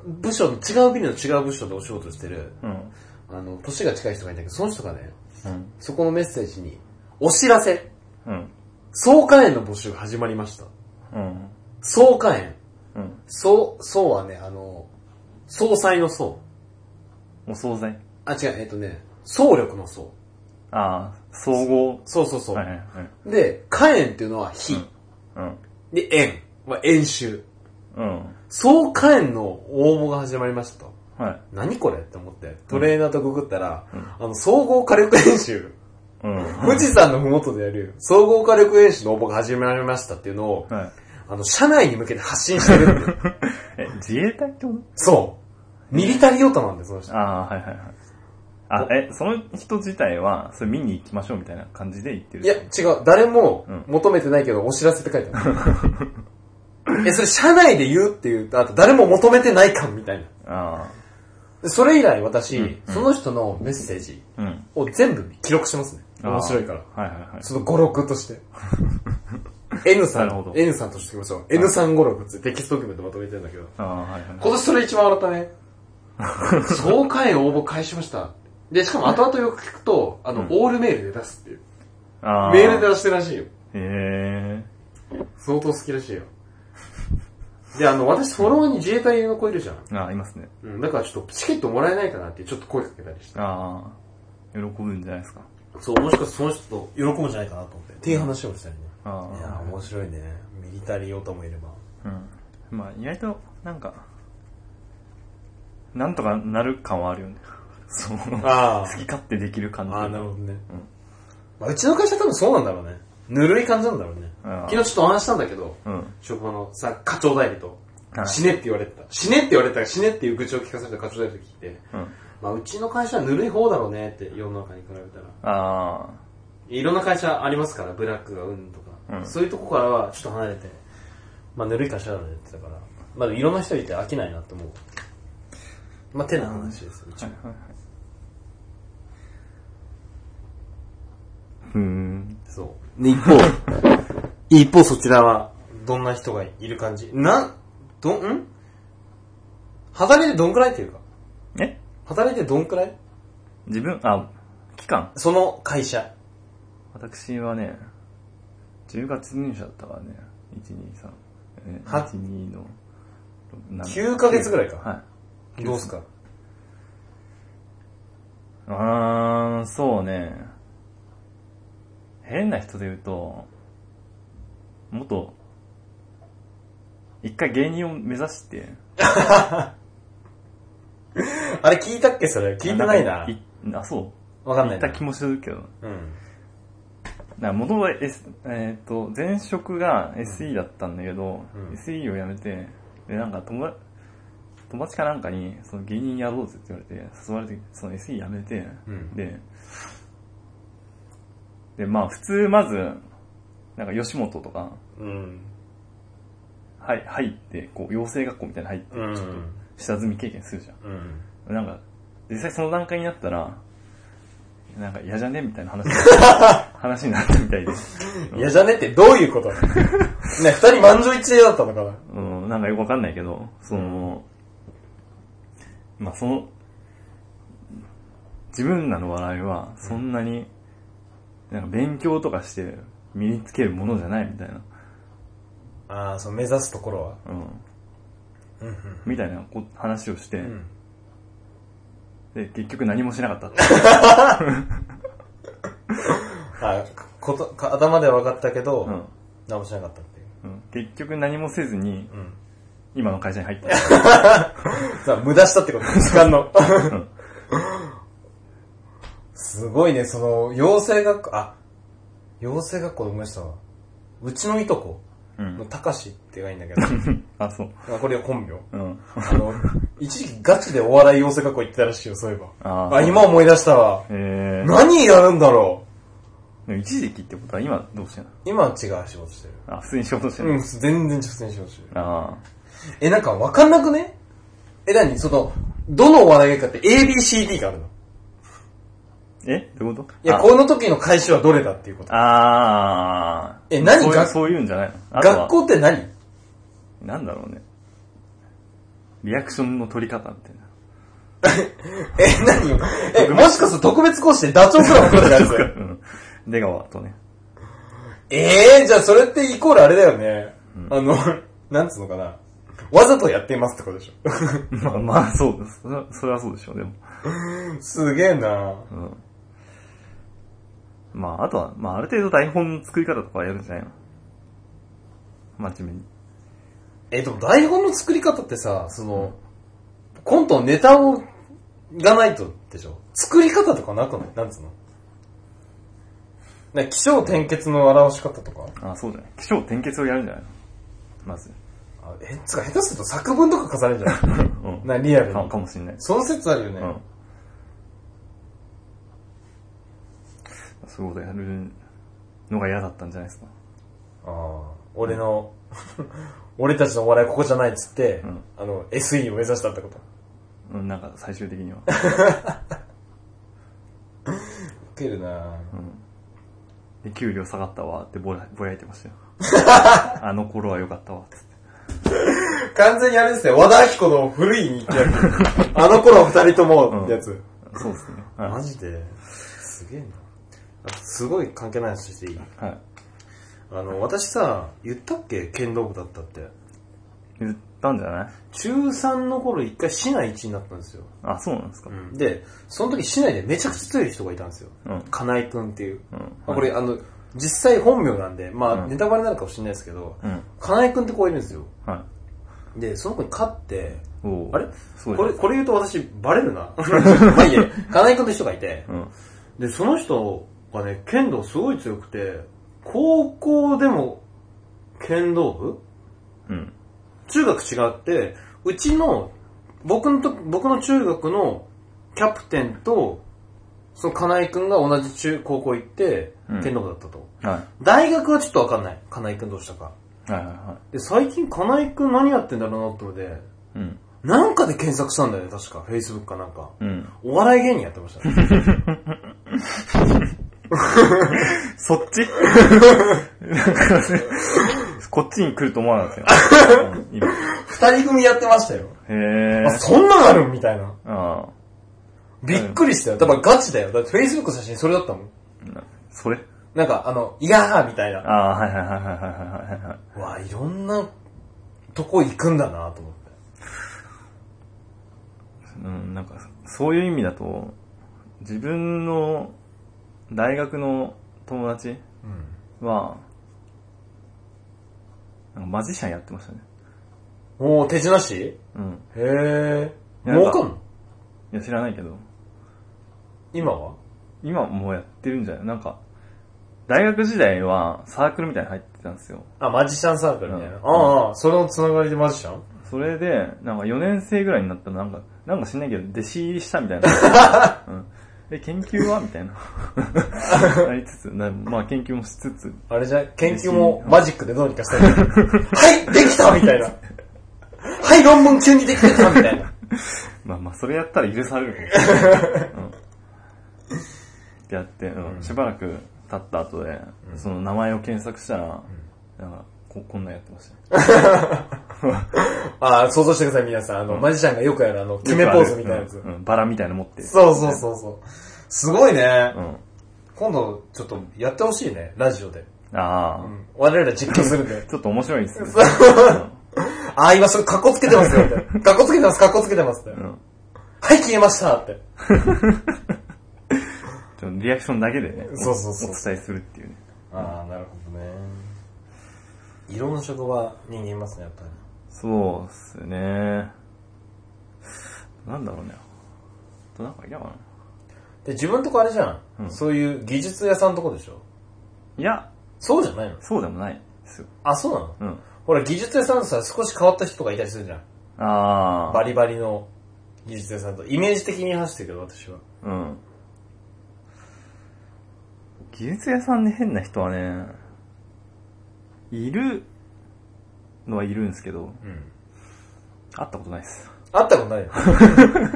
S1: 部署の、違うビルの違う部署でお仕事してる、
S2: うん。
S1: あの、年が近い人がいたけど、その人がね、
S2: うん。
S1: そこのメッセージに、お知らせ、
S2: うん。
S1: 総会員の募集が始まりました。
S2: うん。
S1: 総会員。
S2: うん。
S1: 総、総はね、あの、総裁の総。
S2: お惣菜。
S1: あ、違う、えっ、とね、総力の総。
S2: ああ、総合。
S1: そうそうそう。
S2: はいはいはい。
S1: で、火炎っていうのは火。
S2: うん。
S1: で、炎は演習。
S2: うん。
S1: 総火炎の応募が始まりましたと。
S2: はい。
S1: 何これって思って、トレーナーとググったら、
S2: うん
S1: あの、総合火力演習、
S2: うん。
S1: 富士山のふもとでやる総合火力演習の応募が始まりましたっていうのを、
S2: はい。
S1: あの、社内に向けて発信してるっていう
S2: え、自衛隊ってこと
S1: そう。ミリタリーオタなんです、その人。
S2: ああ、はいはいはい。あ、え、その人自体は、それ見に行きましょうみたいな感じで言ってる。
S1: いや、違う。誰も
S2: うん
S1: 求めてないけど、お知らせって書いてある。え、それ社内で言うっていうと、あと誰も求めてない感みたいな。
S2: あ
S1: でそれ以来私、
S2: うんうん
S1: その人のメッセージ
S2: あ、うん。
S1: を全部記録してますね。
S2: あー
S1: 面白いから。
S2: はいはいはい。
S1: その語録と して。N さ
S2: なるほ
S1: ん
S2: ど、
S1: N さんとしておきましょう。N さん語録ってテキストドキュメントまとめてるんだけど。
S2: ああ、はいはい。
S1: 今年それ一番笑った ね。総会応募返しました。で、しかも後々よく聞くと、あの、
S2: うん
S1: オールメールで出すっていう。
S2: ああ。
S1: メールで出してるらしいよ。
S2: へえ。
S1: 相当好きらしいよ。で、あの、私、フォロワーに自衛隊の子いるじゃん。
S2: ああ、いますね。
S1: うん、だからちょっとチケットもらえないかなって、ちょっと声かけたりして。
S2: ああ、喜ぶんじゃないですか。
S1: そう、もしかしてその人と喜ぶんじゃないかなと思って。っていう話をしたりね。
S2: ああ。
S1: いやー、面白いね。ミリタリーオタもいれば。
S2: うん。まあ、意外と、なんか、なんとかなる感はあるよね。 そう。好
S1: あ
S2: き勝手できる感じ。
S1: あー、なるほどね。
S2: うん
S1: まあ、うちの会社多分そうなんだろうね。ぬるい感じなんだろうね。
S2: あー
S1: 昨日ちょっとお話ししたんだけど、
S2: うん。
S1: 職場のさ、課長代理と
S2: は、い
S1: 死ねって言われてた。死ねって言われてたら死ねっていう愚痴を聞かされた課長代理と聞いて、
S2: うん。
S1: まあ、うちの会社はぬるい方だろうねって、世の中に比べたら。
S2: あ
S1: いろんな会社ありますから、ブラックがうんとか、
S2: うん
S1: そういうとこからはちょっと離れて、まあ、ぬるい会社だねって言ってたから、まあ、いろんな人いて飽きないなって思う。まあ、手の話ですよ、うち
S2: あ。
S1: も
S2: はいはいはい。うーん。
S1: そう。で、一方、 一方そちらは、どんな人がいる感じなん、どん、ん働いてどんくらいっていうか、
S2: え
S1: 働いてどんくらい
S2: 自分、あ、期間
S1: その会社。
S2: 私はね、10月入社だったからね、1、2、3。え
S1: は
S2: 1、2の、
S1: 9ヶ月ぐらいか
S2: はい。
S1: どうすか
S2: あー、そうね。変な人で言うと、元、一回芸人を目指して。
S1: あれ聞いたっけそれ。聞いてないな。
S2: あ、そ
S1: わ
S2: う。
S1: かん
S2: 言
S1: な
S2: っ
S1: いな
S2: た。気もするけど。
S1: うん。
S2: な、元々 S、えっ、と、前職が SE だったんだけど、
S1: うん
S2: SE を辞めて、で、なんか友達、友達かなんかに、その芸人やろうぜって言われて、誘われて、その SE 辞めて、
S1: うん
S2: で、で、まあ普通まず、なんか吉本とか、
S1: うん。
S2: はい、入って、こう、養成学校みたいなの入って、
S1: うん
S2: ちょっと下積み経験するじゃん。
S1: うん。
S2: なんか、実際その段階になったら、なんか嫌じゃねみたいな話に、 話になったみたいで。
S1: 嫌じゃねってどういう ことね、二人満場一致だったのかな
S2: うん、なんかよくわかんないけど、その、まあその、自分らの笑いはそんなに、なんか勉強とかして身につけるものじゃないみたいな、
S1: ああ、そう、目指すところは。
S2: うん、
S1: うんうん。
S2: みたいなこ話をして、
S1: うん。
S2: で、結局何もしなかったって。
S1: あこと、か頭では分かったけど、
S2: うん
S1: 何もしなかったっていう。
S2: うん結局何もせずに、
S1: うん。
S2: 今の会社に入った。
S1: さあ、無駄したって こと時間の。
S2: ん
S1: すごいね、その、養成学校、あ、養成学校で思い出したわ。うちのいとこ
S2: う
S1: の
S2: ん。
S1: たかしっていうのがいいんだけど、
S2: あ、そう。
S1: まあこれは本名。
S2: うん。
S1: あの、一時期ガチでお笑い養成学校行ってたらしいよ、そういえば。
S2: あ
S1: あ
S2: ー
S1: 今思い出したわ。
S2: えー
S1: 何やるんだろ
S2: でも一時期ってことは今どうしてんの
S1: う今は違う仕事してる。
S2: あ、普通に仕事してんの、
S1: うん、全然直線仕事してる。
S2: あ
S1: え、なんかわかんなくねえ、何その、どのお笑いかって ABCD があるの
S2: ーえどういうこと
S1: いや、
S2: あ
S1: この時の回収はどれだっていうこと。
S2: あー。
S1: え何
S2: そういう
S1: が
S2: そういうんじゃないのあとは
S1: 学校って何
S2: なんだろうね。リアクションの取り方みたいな。
S1: え、何え、もしかすると特別講師でダチョウクラブ来るってやつ
S2: うん。出川とね。
S1: ええー、じゃあそれってイコールあれだよね。あの、 なんつうのかな。わざとやっていますってことでしょ。
S2: まあまあ、そうです。それはそれはそうでしょう、でも。
S1: すげえな
S2: うん。まあ、あとは、まあ、ある程度台本の作り方とかはやるんじゃないの真面目に。
S1: え、でも台本の作り方ってさ、その、コントのネタを、がないとでしょ。作り方とかなくないなんつうのね、気象転結の表し方とか
S2: あそうじゃない。気象転結をやるんじゃないのまず。
S1: あえ、つうか下手すると作文とか飾れるじゃ
S2: う
S1: ん。
S2: ん。
S1: な、リアル
S2: か
S1: に。
S2: かもしんない。
S1: その説あるよ
S2: う
S1: ね。
S2: ん。そういうことやるのが嫌だったんじゃないですか。
S1: ああ俺の、 俺たちのお笑いここじゃないっつって、
S2: うん
S1: あの、SE を目指したってこと。
S2: うん、なんか最終的には。
S1: ウケるな
S2: で、給料下がったわってぼやぼやいて ましたよ。あの頃は良かったわっつって。
S1: 完全にあれですね、和田明子の古い日記やつ。 あの頃二人ともってやつ。
S2: そうですね。
S1: マ
S2: は
S1: ジで、すげえな。あすごい関係ない話していい
S2: い。はい、
S1: あの、私さ、言ったっけ剣道部だったって。
S2: 言ったんじゃない
S1: 中3の頃一回市内一になったんですよ。
S2: あ、そうなんですか。うん。
S1: で、その時市内でめちゃくちゃ強い人がいたんですよ。
S2: うん
S1: 金井くんっていう。
S2: うん
S1: まあこれ、あの、実際本名なんで、ま
S2: う
S1: あ
S2: ん
S1: ネタバレになるかもしれないですけど、
S2: うん
S1: 金井くんって子がいるんですよ。
S2: は
S1: で、その子に勝って、
S2: い。おー
S1: あれ
S2: そう
S1: これ、
S2: じ
S1: これ言うと私、バレるな。 まあいいや、金井くんって人がいて
S2: ゃ、ないうん。
S1: で、その人がね、剣道すごい強くて、高校でも剣道部
S2: うん。
S1: 中学違って、うちの、僕のと、僕の中学のキャプテンと、その金井くんが同じ中、高校行って
S2: うん、
S1: 剣道部だったと。
S2: は
S1: 大学はちょっとわかんない。金井くんどうしたか。
S2: い。はいはいは
S1: で、最近金井くん何やってんだろうなって思って、
S2: い。うん。
S1: なんかで検索したんだよね、確か。Facebook かなんか。
S2: うん。
S1: お笑い芸人やってましたね。
S2: そっちこっちに来ると思わなかったよ。うん今
S1: 二人組やってましたよ。
S2: へ
S1: あ、
S2: ー。
S1: そんなのあるみたいな。
S2: ああ。
S1: びっくりしたよ。だからガチだよ。だって Facebook の写真それだったもん。
S2: それ
S1: なんかあの、いやーみたい
S2: あ
S1: な。
S2: あ、はいはいはいはいはいはいはい。
S1: わあいろんなとこ行くんだなと思って。
S2: うん、なんか、そういう意味だと、自分の大学の友達
S1: うん。
S2: は、なんかマジシャンやってましたね。
S1: おー、手品師へ
S2: うん。
S1: え。
S2: いやなん
S1: 儲
S2: か
S1: かんの
S2: いや、知らないけど、
S1: 今は
S2: 今もうやってるんじゃないなんか、大学時代はサークルみたいに入ってたんですよ。
S1: あ、マジシャンサークルみたいな。
S2: うん
S1: ああ、それのつながりでマジシャン
S2: それで、なんか4年生ぐらいになったらなんか、なんか知んないけど、弟子入りしたみたいな。うん。で、研究はみたいな。 なりつつ、なまあ研究もしつつ、
S1: あれじゃ、研究もマジックでどうにかしたい。 はい、できたみたいな。はい、論文急にできてたみたいな。
S2: まあまあ、それやったら許されるかもしれない。うんってやって、うん
S1: うん
S2: しばらく経った後で、
S1: うん
S2: その名前を検索したら、なんかこ、こんなんやってましたよ。
S1: ああ、想像してください、皆さん。あの、マジシャンがよくやるあの、決めポーズみたいなやつ
S2: う。ん、うんバラみたいなの持って。
S1: そうそうそうそう。すごいね。
S2: うん。
S1: 今度、ちょっとやってほしいね、ラジオで。
S2: ああ、
S1: 我々実況するん で。
S2: ちょっと面白いですね。
S1: ああ、今すぐカッコつけてますよ、みたいな。カッコつけてます、カッコつけてますって。
S2: うんうん
S1: はい、消えましたって。
S2: ちょっとリアクションだけでね、お
S1: そうそうそう
S2: お伝えするっていうね。
S1: ああ、なるほどね。いろんな職場人間いますね、やっぱり。
S2: そうっすね。なんだろうね。あとなんかいたかな
S1: で、自分とこあれじゃん。
S2: うん
S1: そういう技術屋さんとこでしょ。
S2: いや、
S1: そうじゃないの
S2: そうでもないですよ。
S1: あ、そうなの
S2: うん。
S1: ほら、技術屋さんさ、少し変わった人がいたりするじゃん。
S2: あ
S1: バリバリの技術屋さんと、イメージ的に話してるけど、私は。
S2: あ。うん。技術屋さんで変な人はね、いるのはいるんですけど、
S1: うん。
S2: 会ったことないです。
S1: 会ったことない よ。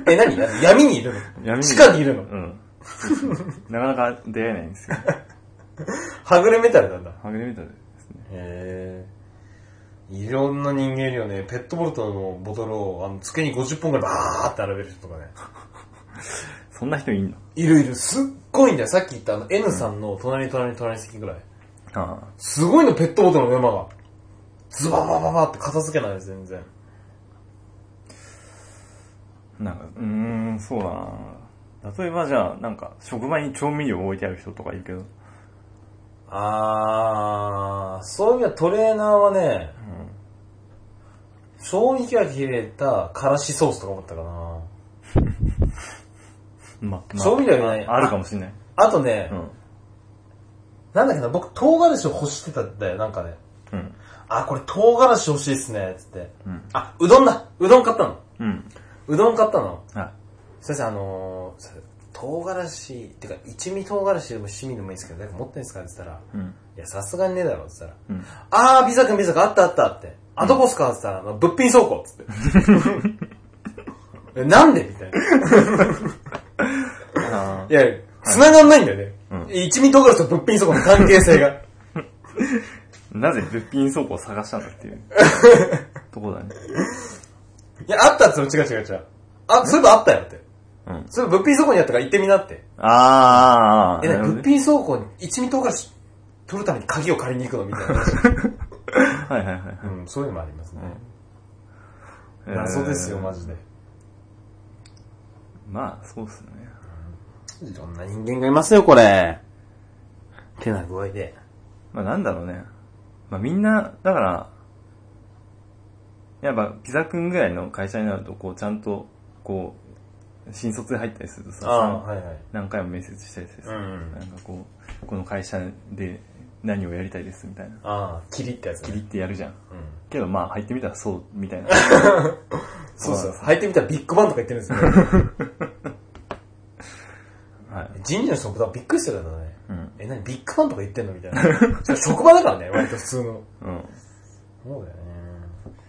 S1: え、何闇にいる
S2: 闇
S1: の地下にいるの
S2: うん。 なかなか出会えないんですよ。
S1: はぐれメタルなんだ。
S2: ハグレメタルですね。
S1: へえ。いろんな人間いるよね。ペットボルトのボトルを、あの、机に50本ぐらいバーって並べる人とかね。
S2: そんな人いんの
S1: いるいる。すっごいんだよ。さっき言ったあの N さんの隣隣隣席ぐらい。
S2: ああ。
S1: すごいの、ペットボトルの山が。ズババババって片付けないです、全然。
S2: なんか、うーん、そうだな例えばじゃあ、なんか、職場に調味料置いてある人とかいるけど、
S1: あー、そういう意味ではトレーナーはね、衝撃が切れたからしソースとか思ったかな。
S2: ま、ま
S1: 調味料いない
S2: ああるかもしんない。
S1: あとね、
S2: うん。
S1: なんだっけな、僕唐辛子を欲してたんだよ、なんかね。
S2: うん。
S1: あ、これ唐辛子欲しいっすね、つって。
S2: うん。
S1: あ、うどんだうどん買ったの
S2: うん。
S1: うどん買ったの
S2: は
S1: 先生、あのー、唐辛子、てか一味唐辛子でも七味でもいいんですけど、なんか持ってんすかって言ったら、
S2: い。うん。
S1: いや、さすがにねえだろ、って言ったら。
S2: うん。
S1: あー、ビザ君ビザ君、あったあったって。あ、どこっすかって言ったら、物品倉庫っつ って。えなんでみたいな。い
S2: あ
S1: や、繋がんないんだよね。
S2: うん
S1: 一味唐辛子と物品倉庫の関係性が。
S2: ーなぜ物品倉庫を探したんだっ ていう。とこだね。
S1: いや、あったっつっても違う違う違う。あ、そういえばあったよって。
S2: うん。
S1: そういえば物品倉庫にあったから行ってみなって。
S2: あーあー、あー
S1: え、な
S2: なるほど
S1: 物
S2: ね
S1: 品倉庫に一味唐辛子取るために鍵を借りに行くのみたいな。
S2: はいはいはいはい。
S1: うん、そういうのもありますね。
S2: えー
S1: 謎ですよ、マジで。
S2: まあ、そうっすね。
S1: いろんな人間がいますよ、これ。てな具合で。
S2: まあなんだろうね。まあみんな、だから、やっぱピザくんぐらいの会社になると、こうちゃんと、こう、新卒で入ったりするとさ、
S1: ああ、はいはい。
S2: 何回も面接したりするさ、
S1: うんうん
S2: なんかこう、この会社で何をやりたいですみたいな。
S1: ああ、キリってやつね。
S2: 切りってやるじゃん。
S1: うん。
S2: けどまあ入ってみたらそう、みたいな。
S1: そうそう。履いてみたらビッグバンとか言ってるんです よ、ね。
S2: はい。
S1: 人事の人も多分びっくりしてたんだね。
S2: うん。
S1: え、何ビッグバンとか言ってんのみたい な。職場だからね、割と普通の。
S2: うん。
S1: そうだよね。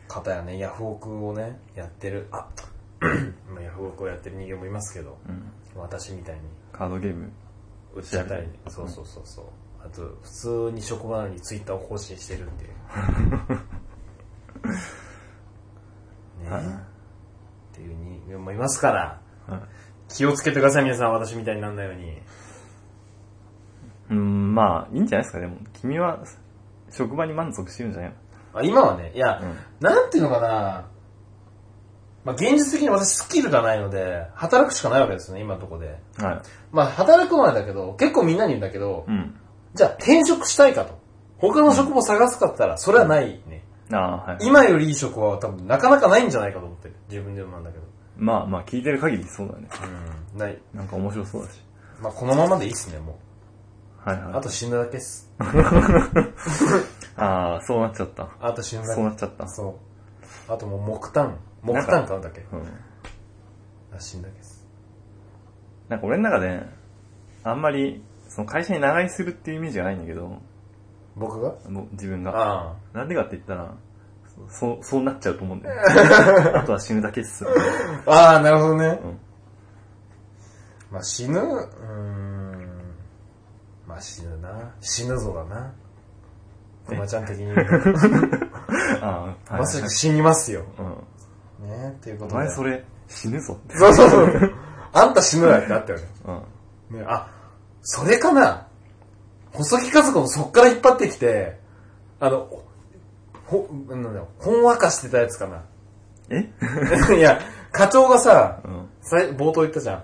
S1: 方やね、ヤフオクをね、やってる、あ、 まあヤフオクをやってる人間もいますけど、
S2: うん。
S1: 私みたいに。
S2: カードゲーム。
S1: 打ちたい。そうそうそうそう。あと、普通に職場なのにツイッターを更新してる っていう。ね
S2: はい
S1: っていう人間もいますから、
S2: はい
S1: 気をつけてください、皆さん。私みたいにならないように。
S2: うん、まあいいんじゃないですか、でも。君は、職場に満足してるんじゃないの
S1: あ今はね、いや、
S2: うん
S1: なんていうのかな、まあ、現実的に私スキルがないので、働くしかないわけですよね、今のとこで。
S2: はい。
S1: まあ、働く前だけど、結構みんなに言うんだけど、
S2: うん。
S1: じゃあ転職したいかと。他の職を探すかって言ったら、それはないね。
S2: ああ、はい。
S1: 今よりいい職は多分なかなかないんじゃないかと思ってる。自分でもなんだけど。
S2: まあまあ聞いてる限りそうだね。
S1: うん。ない。
S2: なんか面白そうだし。
S1: まあ、このままでいいっすね、も
S2: はいは
S1: う。
S2: い。
S1: あと、死ぬだけっす。
S2: ああ、そうなっちゃった。
S1: あと死ぬだけ。
S2: そうなっちゃった。
S1: そう。あともう木炭。木炭買うんだっけ
S2: うん。
S1: あ、死ぬだけっす。
S2: なんか俺の中で、あんまり、その会社に長居するっていうイメージがないんだけど、
S1: 僕が
S2: もう自分が。
S1: あ
S2: なんでかって言ったら、そそう、そうなっちゃうと思うんだよ。 あとは死ぬだけっすよね。
S1: あ。ああ、なるほどね。
S2: うん
S1: まあ、死ぬ、うーん。まあ、死ぬな。死ぬぞだな。クマちゃん的に言うと。
S2: ああ、
S1: まさしく死にますよ。
S2: うん。
S1: ねっていうこ
S2: お
S1: とで。
S2: 前それ、死ぬぞって。
S1: そうそうそう。あんた死ぬなってなったよね。
S2: うん。
S1: ね、あ、それかな細木和子もそっから引っ張ってきて、あの、ほ、なんだろう、ほんわかしてたやつかな。
S2: え
S1: いや、課長がさ
S2: う、ん。
S1: さい冒頭言ったじゃ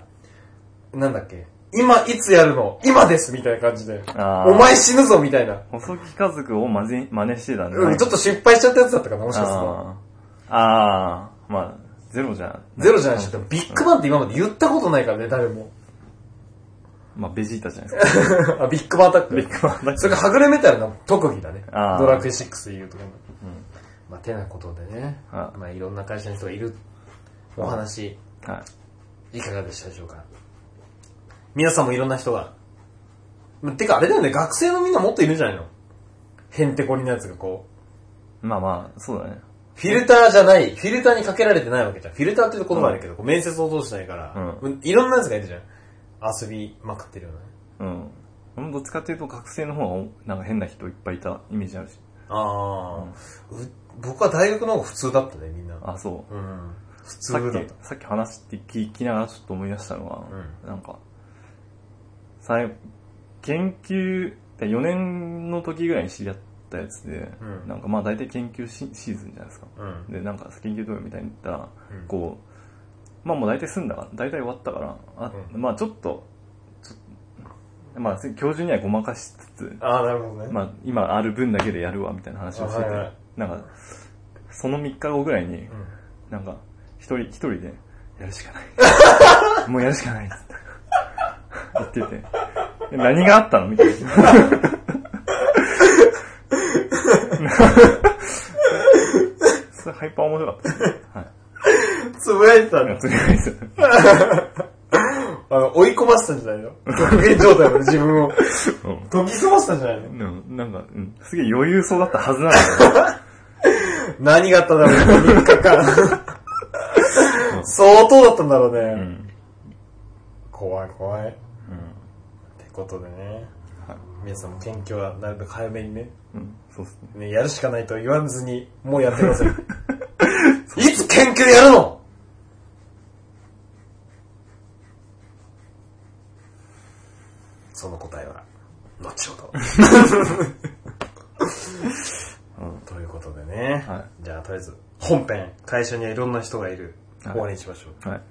S1: ん。なんだっけ今、いつやるの今ですみたいな感じで。
S2: あー
S1: お前死ぬぞみたいな。
S2: 細木家族をまぜ真似してたんだ。
S1: うん、ちょっと失敗しちゃったやつだったかな、もしかすると。
S2: ああ、ああ、まあ、ゼロじゃない
S1: ゼロじゃないし、でもビッグバンって今まで言ったことないからね、誰も。
S2: まあ、ベジータじゃないですか。
S1: あ、ビッグバンアタック。
S2: ビッグバンアタック
S1: それがはぐれメタルの特技だね。
S2: あー
S1: ドラクエ6で言うとこの。まあ、てなことでね、
S2: はい
S1: まあ、いろんな会社の人がいるお話、
S2: はい
S1: かがでしたでしょうか。皆さんもいろんな人が。まあてか、あれだよね、学生のみんなもっといるんじゃないのへんてこりなやつがこう。
S2: い。まあまあ、そうだね。
S1: フィルターじゃない、フィルターにかけられてないわけじゃん。フィルターっていう言葉あるけど、こう面接を通してないから、
S2: う
S1: いろんなやつがいるじゃん。遊びまくってるよね。
S2: うん。俺もどっちかっていうと学生の方がなんか変な人いっぱいいたイメージあるし。
S1: あー、う僕は大学の方が普通だったね、みんな。
S2: あ、そう。
S1: うん。普通
S2: さ
S1: だ
S2: っ
S1: っ
S2: き、さっき話して聞きながらちょっと思い出したのは、
S1: う
S2: なんか、さい研究、4年の時ぐらいに知り合ったやつで、
S1: うん
S2: なんかまあ大体研究シシーズンじゃないですか。
S1: た。うん。
S2: で、なんか研究動画みたいに言ったら、
S1: うん
S2: こう、まあもう大体済んだから、大体終わったから、あ
S1: う
S2: まあちょっと、ちょっとまあ教授にはごまかしつつ、
S1: ああ、なるほどね。
S2: まあ今ある分だけでやるわみたいな話をしてて、
S1: あはいはい
S2: なんか、その3日後ぐらい
S1: う
S2: に、
S1: ん
S2: なんか、一人、一人で、やるしか ない。もうやるしかないっつって。言ってて。で何があったのみたいな。それハイパー面白かった。はい。
S1: つぶやいてたん
S2: なん
S1: だ
S2: か。とりあえず
S1: あの、追い込ませたんじゃないの極限状態まで自分 を。
S2: う
S1: 研ぎ澄ませたんじゃないの
S2: ん。なんか、うん。すげえ余裕そうだったはずなんだけど。
S1: 何があったんだろう、3日間。 相当だったんだろうね。
S2: うん。
S1: 怖い怖い。っ
S2: うん。
S1: てことでね。
S2: はい
S1: 皆さんも研究はなるべく早めにね
S2: うん。そうっすね。
S1: ね、やるしかないと言わずに、もうやってくだ さい。いつ研究やるのその答えは、後ほ ど。
S2: うん。
S1: ということでね。
S2: は
S1: じゃあ、とりあえず、本編、会社にはいろんな人がいる。
S2: はい
S1: 終わりにしましょう。
S2: はい。